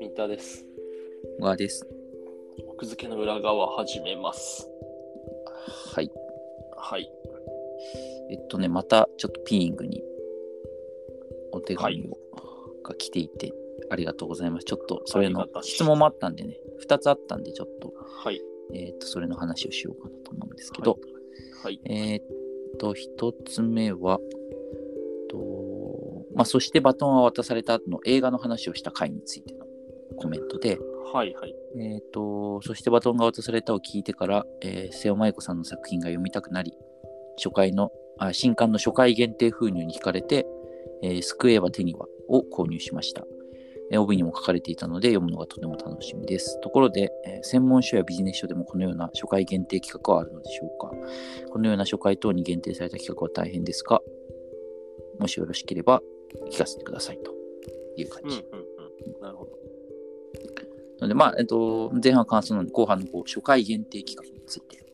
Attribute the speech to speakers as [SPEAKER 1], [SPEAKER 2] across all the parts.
[SPEAKER 1] 三田です。
[SPEAKER 2] わです。
[SPEAKER 1] 奥付けの裏側始めます。
[SPEAKER 2] はい。
[SPEAKER 1] はい。
[SPEAKER 2] えっとね、またちょっとピーイングにお手紙を、が来ていて、ありがとうございます。ちょっとそれ
[SPEAKER 1] あ
[SPEAKER 2] の
[SPEAKER 1] りがたし
[SPEAKER 2] 質問もあったんでね、2つあったんで、ちょっと、
[SPEAKER 1] はい。
[SPEAKER 2] えっと、それの話をしようかなと思うんですけど、
[SPEAKER 1] はい。
[SPEAKER 2] えっと、1つ目は、とまあ、そしてバトンは渡された後の映画の話をした回についてのコメントで、
[SPEAKER 1] はい。はい。
[SPEAKER 2] えー、とそしてバトンが渡されたを聞いてから、えー瀬尾舞子さんの作品が読みたくなり初回のあ新刊の初回限定封入に惹かれて「えー救えば手には」を購入しました、えー帯にも書かれていたので読むのがとても楽しみですところで、えー専門書やビジネス書でもこのような初回限定企画はあるのでしょうかこのような初回等に限定された企画は大変ですがもしよろしければ聞かせてくださいという感
[SPEAKER 1] うんう
[SPEAKER 2] じ、
[SPEAKER 1] んうん。なるほど。
[SPEAKER 2] なので、まあ、えっと、前半感想なので、後半のこう初回限定企画について。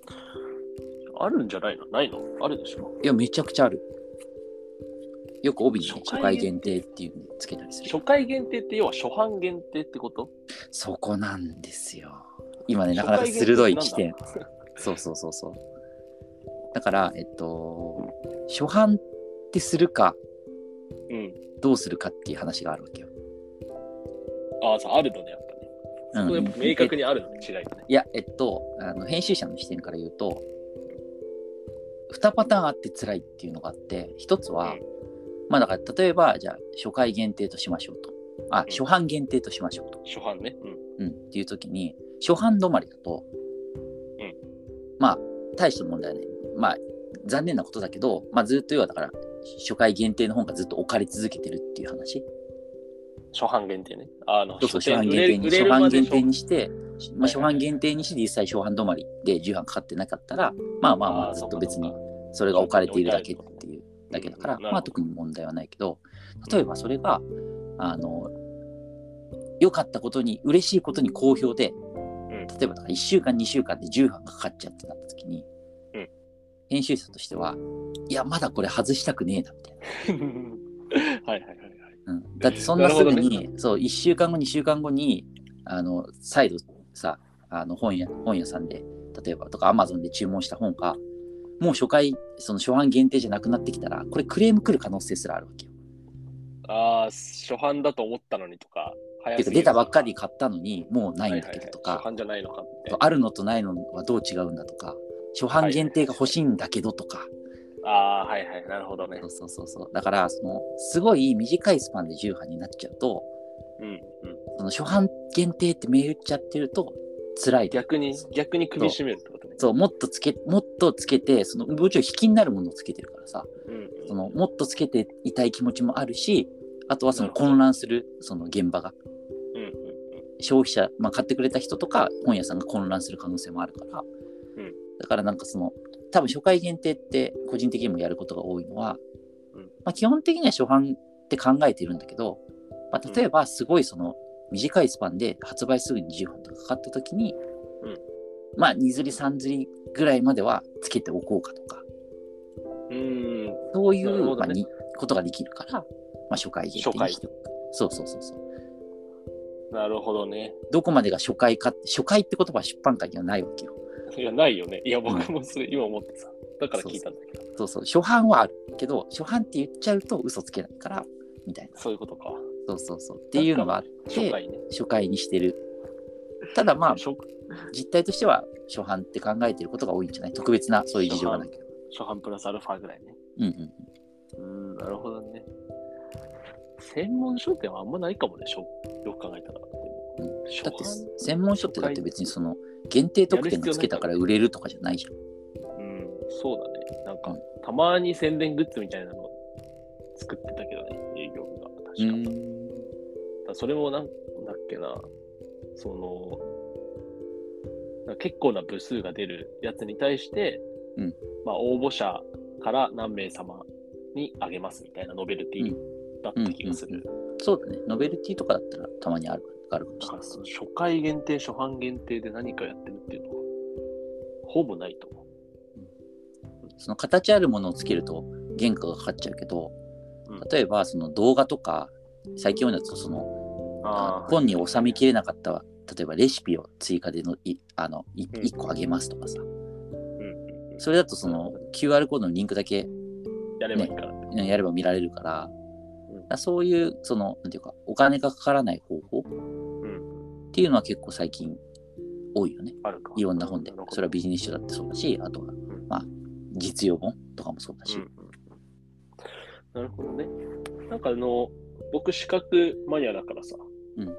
[SPEAKER 1] あるんじゃないのないのあるでしょ
[SPEAKER 2] いや、めちゃくちゃある。よく帯に
[SPEAKER 1] 初
[SPEAKER 2] 初
[SPEAKER 1] 回
[SPEAKER 2] 回限定っていうのつけたりする。
[SPEAKER 1] 初回限定って要は初版限定ってこと
[SPEAKER 2] そこなんですよ。今ね、なかなか鋭い
[SPEAKER 1] 初
[SPEAKER 2] 起
[SPEAKER 1] 回限
[SPEAKER 2] 点
[SPEAKER 1] 定。ってなんだ
[SPEAKER 2] そうそうそうそう。だから、えっと、初版ってするか、
[SPEAKER 1] うん。
[SPEAKER 2] どうするかっていう話があるわけよ。
[SPEAKER 1] ああ、そう、あるのね、やっぱね。
[SPEAKER 2] う
[SPEAKER 1] そこやっぱ明確
[SPEAKER 2] い
[SPEAKER 1] にあるのね、違いがね。
[SPEAKER 2] や、えっと、あの編集者の視点から言うと、2パターンあって辛いっていうのがあって、1つは、
[SPEAKER 1] うん
[SPEAKER 2] まあだから例えば、じゃあ初回限定としましょうと。あ、
[SPEAKER 1] ん
[SPEAKER 2] 初版限定としましょうと。
[SPEAKER 1] 初版ね。うん。
[SPEAKER 2] うん、っていう時に、初版止まりだと、
[SPEAKER 1] うん
[SPEAKER 2] まあ、大した問題はない。まあ、残念なことだけど、まあずっと要はだから、初回限定の本がずっと置かれ続けてるっていう話。
[SPEAKER 1] 初版限定ね。あの、
[SPEAKER 2] そう
[SPEAKER 1] 書
[SPEAKER 2] そう、初版
[SPEAKER 1] 店
[SPEAKER 2] 限定
[SPEAKER 1] 売れ
[SPEAKER 2] に、初
[SPEAKER 1] る
[SPEAKER 2] 版
[SPEAKER 1] 売れる
[SPEAKER 2] 限
[SPEAKER 1] まで
[SPEAKER 2] 定にして、まあ、初版限定にして実際初版止まりで重版かかってなかったら、まあまあまあ、ずっと別にそれが置かれているだけっていうだけだから、
[SPEAKER 1] うんなるほど
[SPEAKER 2] まあ特に問題はないけど例えばそれがあの良かったことに嬉しいことに好評で、
[SPEAKER 1] ん
[SPEAKER 2] 例えばだから1週間2週間で10版かかっちゃってなった時に、
[SPEAKER 1] うん
[SPEAKER 2] 編集者としてはいやまだこれ外したくねえなみたいな、
[SPEAKER 1] そうかはいはいはいはい。
[SPEAKER 2] うん、だってそんなすぐ
[SPEAKER 1] なる
[SPEAKER 2] に、そう1週間後2週間後にあの再度さあの本屋本屋さんで例えばとか Amazon で注文した本がもう初回その初版限定じゃなくなってきたらこれクレーム来る可能性すらあるわけよ。
[SPEAKER 1] ああ、初版だと思ったのにとか、早
[SPEAKER 2] てか出たばっかり買ったのにもうないんだ
[SPEAKER 1] はいはい
[SPEAKER 2] けどと
[SPEAKER 1] はい初
[SPEAKER 2] か
[SPEAKER 1] 版じゃないのかみたい
[SPEAKER 2] あるのとないのはどう違うんだとか初版限定が欲しいんだけどとか
[SPEAKER 1] な。ああー、はいはい、なるほどね
[SPEAKER 2] そ。うそうそうそうだからそのすごい短いスパンで重版になっちゃうと
[SPEAKER 1] うんうん。
[SPEAKER 2] その初版限定って銘打っちゃってると辛い
[SPEAKER 1] 逆に、逆に首絞めるってことね。
[SPEAKER 2] そうもっとつけもっとつけてそのもちろん引きになるものをつけてるからさ
[SPEAKER 1] うんうん
[SPEAKER 2] そのもっとつけていたい気持ちもあるしあとはその
[SPEAKER 1] なるほど
[SPEAKER 2] 混乱するその現場が
[SPEAKER 1] うんうん
[SPEAKER 2] 消費者、まあ、買ってくれた人とか本屋さんが混乱する可能性もあるから、
[SPEAKER 1] うん
[SPEAKER 2] だからなんかその多分初回限定って個人的にもやることが多いのは、
[SPEAKER 1] うん
[SPEAKER 2] まあ、基本的には初版って考えているんだけど、まあ、例えばすごいその短いスパンで発売すぐに10本とかかかった時に、
[SPEAKER 1] うん
[SPEAKER 2] まあ2釣り3釣りぐらいまではつけておこうかとか
[SPEAKER 1] うん。うん。
[SPEAKER 2] そうい
[SPEAKER 1] なる
[SPEAKER 2] う、
[SPEAKER 1] ほ
[SPEAKER 2] ま
[SPEAKER 1] どね
[SPEAKER 2] あ、にことができるから、まあ、初回限定にしておくそうそうそうそう
[SPEAKER 1] なるほどね。
[SPEAKER 2] どこまでが初回かって初回って言葉は出版界にはないわけよ
[SPEAKER 1] いや、ないよね。いや、僕もそれ、今思ってさ。だから聞いたんだけど。
[SPEAKER 2] そうそう、初版はあるけど、初版って言っちゃうと嘘つけないから、みたいな。
[SPEAKER 1] そういうことか。
[SPEAKER 2] そうそうそう。っていうのがあっ
[SPEAKER 1] 初
[SPEAKER 2] て、
[SPEAKER 1] 回ね。
[SPEAKER 2] 初回にしてる。ただまあ、
[SPEAKER 1] 初
[SPEAKER 2] 実態としては、初版って考えてることが多いんじゃない特別なそういう事情がないけど。
[SPEAKER 1] 初版プラスアルファぐらいね。
[SPEAKER 2] うんうん。
[SPEAKER 1] うん、なるほどね。専門書店はあんまないかもね、しょよく考えたら。でも
[SPEAKER 2] うん
[SPEAKER 1] 初
[SPEAKER 2] だ
[SPEAKER 1] 版
[SPEAKER 2] って、専門書ってだって別にその、限定特典がつけたから売れるとかじゃないじゃん。
[SPEAKER 1] うん、そうだね。なんか、
[SPEAKER 2] うん
[SPEAKER 1] たまに宣伝グッズみたいなの作ってたけどね、営業部が。確か。だからそれもなんだっけな、その、なんか結構な部数が出るやつに対して、
[SPEAKER 2] うん
[SPEAKER 1] まあ応募者から何名様にあげますみたいなノベルティだった気がする。
[SPEAKER 2] うんそうだね。ノベルティとかだったらたまにあるあるか
[SPEAKER 1] だか
[SPEAKER 2] もしれ
[SPEAKER 1] ら
[SPEAKER 2] ない。
[SPEAKER 1] その初回限定、初版限定で何かやってるっていうのは、ほぼないと思う。
[SPEAKER 2] その形あるものをつけると原価がかかっちゃうけど
[SPEAKER 1] うん、
[SPEAKER 2] 例えばその動画とか最近読んだとその
[SPEAKER 1] あー
[SPEAKER 2] 本に収めきれなかった例えばレシピを追加でのいあのい
[SPEAKER 1] うん
[SPEAKER 2] 1個あげますとかさ
[SPEAKER 1] うんうん
[SPEAKER 2] それだとその QR コードのリンクだけ
[SPEAKER 1] やればいいから。
[SPEAKER 2] ねやれば見られるから、
[SPEAKER 1] うん
[SPEAKER 2] だからそういうそのなんていうかお金がかからない方法
[SPEAKER 1] うん。
[SPEAKER 2] っていうのは結構最近多いよね
[SPEAKER 1] あるか。
[SPEAKER 2] いろんな本で
[SPEAKER 1] るほど
[SPEAKER 2] それはビジネス書だってそうだしあとは
[SPEAKER 1] ん
[SPEAKER 2] まあ実用本とかもそうだし、
[SPEAKER 1] うんうんなるほどね。なんかあの、僕、資格マニアだからさ、
[SPEAKER 2] うん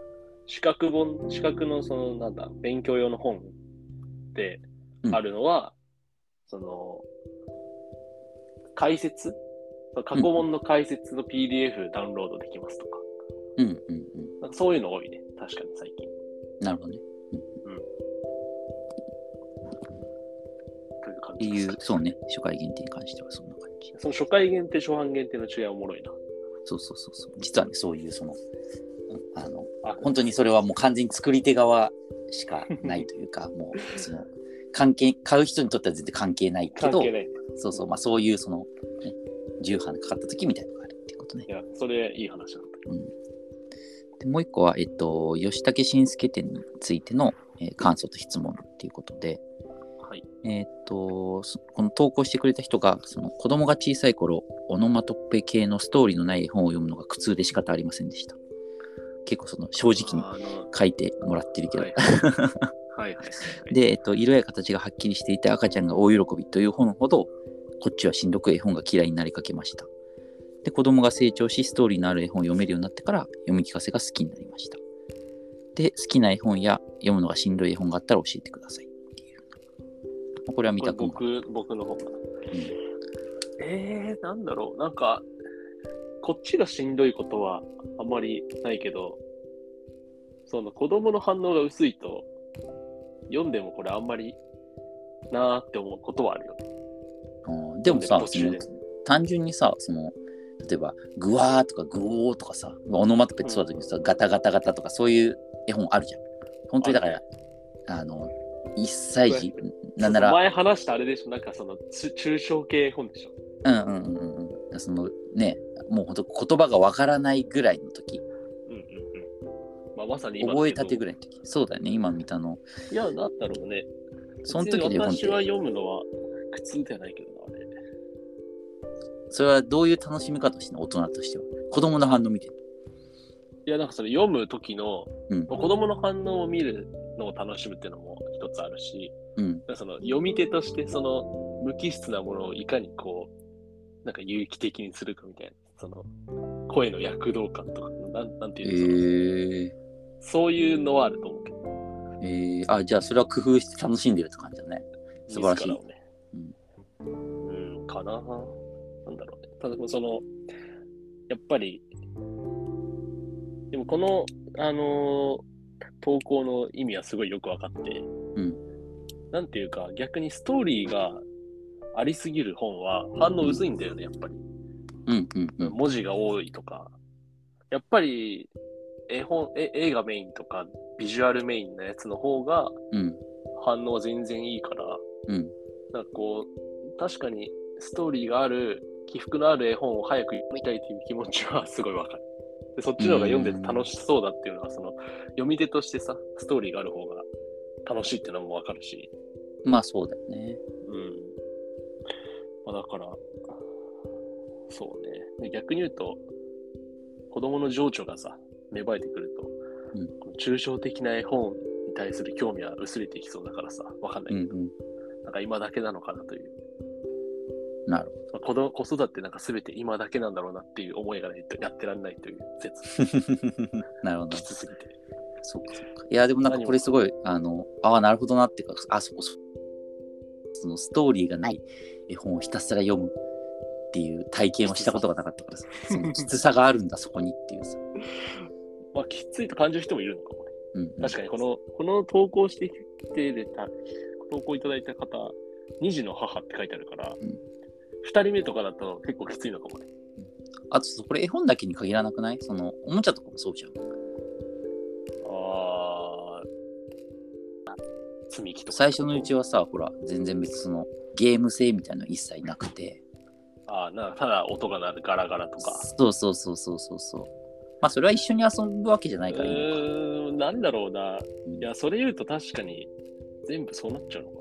[SPEAKER 1] 資格本、資格のその、なんだ、勉強用の本って
[SPEAKER 2] うん
[SPEAKER 1] あるのは、その、解説その過去問の解説の PDF ダウンロードできますとか、
[SPEAKER 2] うんうんうん
[SPEAKER 1] なんかそういうの多いね、確かに最近。
[SPEAKER 2] なるほどね
[SPEAKER 1] という感
[SPEAKER 2] って
[SPEAKER 1] じ
[SPEAKER 2] い
[SPEAKER 1] です
[SPEAKER 2] う
[SPEAKER 1] か
[SPEAKER 2] そうね初回限定に関してはそんな感じ
[SPEAKER 1] その初回限定、初版限定の違いおもろいな。
[SPEAKER 2] そうそうそうそう実はねそういうそのあの
[SPEAKER 1] あ
[SPEAKER 2] 本当にそれはもう完全に作り手側しかないという かもうその関係買う人にとっては全然関係ないけ
[SPEAKER 1] 関
[SPEAKER 2] ど
[SPEAKER 1] 係ない。
[SPEAKER 2] そうそうまあそういうその、ね、重版かかった時みたいなのがあるっていうことね
[SPEAKER 1] いや、それいい話だっ
[SPEAKER 2] でもう一個は、えっと、吉武信介店についての、えー感想と質問っていうことで、
[SPEAKER 1] た。はい。
[SPEAKER 2] えーっと、そこの投稿してくれた人が、その子供が小さい頃、オノマトペ系のストーリーのない絵本を読むのが苦痛で仕方ありませんでした。結構その正直に
[SPEAKER 1] あの
[SPEAKER 2] 書いてもらってるけど。
[SPEAKER 1] はいはいはいはいはい。
[SPEAKER 2] で、えっと、色や形がはっきりしていて赤ちゃんが大喜びという本ほど、こっちはしんどく絵本が嫌いになりかけました。で、子供が成長し、ストーリーのある絵本を読めるようになってから、読み聞かせが好きになりました。で、好きな絵本や読むのがしんどい絵本があったら教えてください。っていうまあこれは見
[SPEAKER 1] これ
[SPEAKER 2] たくも。
[SPEAKER 1] 僕僕の方かな。
[SPEAKER 2] うん
[SPEAKER 1] えー、なんだろう。なんか、こっちがしんどいことはあんまりないけど、その子供の反応が薄いと、読んでもこれあんまりなーって思うことはあるよね。
[SPEAKER 2] うんでもさ
[SPEAKER 1] 途
[SPEAKER 2] そ
[SPEAKER 1] 中
[SPEAKER 2] の
[SPEAKER 1] で
[SPEAKER 2] 単純にさその例えばグワーとかグオーとかさまあオノマトペってそうだけどさ、ガタガタガタとかそういう絵本あるじゃん本当にだからあ,、の1歳児なんな
[SPEAKER 1] そう
[SPEAKER 2] ら
[SPEAKER 1] 前話したあれでしょ、なんかそのつ抽象系本でしょ。
[SPEAKER 2] うんうんうんうんうんそのねもう本当言葉がわからないぐらいの時
[SPEAKER 1] うんうんうん。まあ、まさに今
[SPEAKER 2] 覚えたてぐ
[SPEAKER 1] らい。
[SPEAKER 2] らいの時そうだよね今見たの
[SPEAKER 1] いや、なんだろうね。
[SPEAKER 2] その時の
[SPEAKER 1] 別に
[SPEAKER 2] 絵本っ
[SPEAKER 1] 私は
[SPEAKER 2] て
[SPEAKER 1] 読むのは苦痛ではないけどな、あれ。
[SPEAKER 2] それはどういう楽しみ方をしてんの大人としては子供の反応見てる
[SPEAKER 1] いや、なんかそれ読む時の、
[SPEAKER 2] うん
[SPEAKER 1] 子供の反応を見るのを楽しむっていうのも一つあるし、
[SPEAKER 2] うん
[SPEAKER 1] なんかその読み手としてその無機質なものをいかにこう、なんか有機的にするかみたいな、その声の躍動感とか、なんなんて
[SPEAKER 2] え
[SPEAKER 1] いうの、
[SPEAKER 2] ー、
[SPEAKER 1] そのそういうのはあると思うけど、
[SPEAKER 2] えー、あじゃあそれは工夫して楽しんでるって感じだね素晴らし
[SPEAKER 1] 自
[SPEAKER 2] い
[SPEAKER 1] らをね。うん、かな。なんだろうね。ただ、その、やっぱり、でもこの、あのー投稿の意味はすごいよく分かって、
[SPEAKER 2] うん
[SPEAKER 1] なんていうか、逆にストーリーがありすぎる本は反応薄いんだよね、やっぱり。
[SPEAKER 2] うんうんうん
[SPEAKER 1] 文字が多いとか。やっぱり、絵本、え映画メインとか、ビジュアルメインのやつの方が
[SPEAKER 2] うん
[SPEAKER 1] 反応は全然いいから、
[SPEAKER 2] うん
[SPEAKER 1] なんかこう、確かにストーリーがある、起伏のある絵本を早く読みたいという気持ちは すごいわかる。でそっちの方が読んでて楽しそうだっていうのは、その読み手としてさ、ストーリーがある方が楽しいっていうのもわかるし、
[SPEAKER 2] まあそうだよね。
[SPEAKER 1] うん。まあ、だから、そうね。で逆に言うと、子供の情緒がさ、芽生えてくると、
[SPEAKER 2] うん
[SPEAKER 1] この抽象的な絵本に対する興味は薄れていきそうだからさ、わかんないけど、
[SPEAKER 2] ん。
[SPEAKER 1] なんか今だけなのかなという。
[SPEAKER 2] なる
[SPEAKER 1] まあ子供子育てなんか全て今だけなんだろうなっていう思いがないとやってらんないという説
[SPEAKER 2] なるほど
[SPEAKER 1] き。つすぎて。
[SPEAKER 2] そうかそうか。いや、でもなんかこれすごい、あの、ああ、なるほどなっていうか、あ、そこそ、そのストーリーがない絵本をひたすら読むっていう体験をしたことがなかったか らさ、そのきつさがあるんだ、そこにっていうさ。
[SPEAKER 1] まあきついと感じる人もいるのかもね。
[SPEAKER 2] うん、
[SPEAKER 1] 確かにこの、この投稿してきてれた、投稿いただいた方、2児の母って書いてあるから、
[SPEAKER 2] ん
[SPEAKER 1] 二2人目とかだと結構きついのかもね。
[SPEAKER 2] あとそう、これ絵本だけに限らなくないその、おもちゃとかもそうじゃん。
[SPEAKER 1] あー、積み木とか。
[SPEAKER 2] 最初のうちはさ、ほら、全然別にその、ゲーム性みたいなの一切なくて
[SPEAKER 1] ああ、なただ音が鳴るガラガラとか。
[SPEAKER 2] そうそうそうそうそうそうまあそれは一緒に遊ぶわけじゃな
[SPEAKER 1] う
[SPEAKER 2] いからいいのか
[SPEAKER 1] ーん、なんだろうな。
[SPEAKER 2] うん
[SPEAKER 1] いや、それ言うと確かに全部そうなっちゃうのか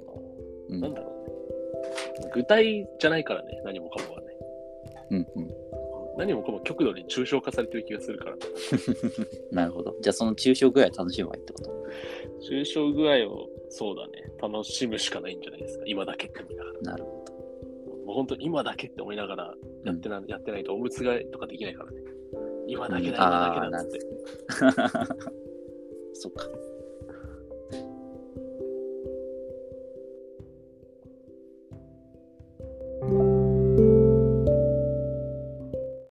[SPEAKER 2] う
[SPEAKER 1] な。なんんだろうね。具体じゃないからね、何もかもがね。
[SPEAKER 2] うんうん
[SPEAKER 1] 何もかも極度に抽象化されてる気がするから。
[SPEAKER 2] なるほどじゃあその抽象具合を楽しめばいいってこと
[SPEAKER 1] 抽象具合を、そうだね、楽しむしかないんじゃないですか。今だけって思いながら。
[SPEAKER 2] なるほど
[SPEAKER 1] もう本当に今だけって思いながらやってな、やってないとおむつ替えとかできないからね。今だけだ、
[SPEAKER 2] う
[SPEAKER 1] 今
[SPEAKER 2] ん
[SPEAKER 1] だけだっつって。
[SPEAKER 2] そっか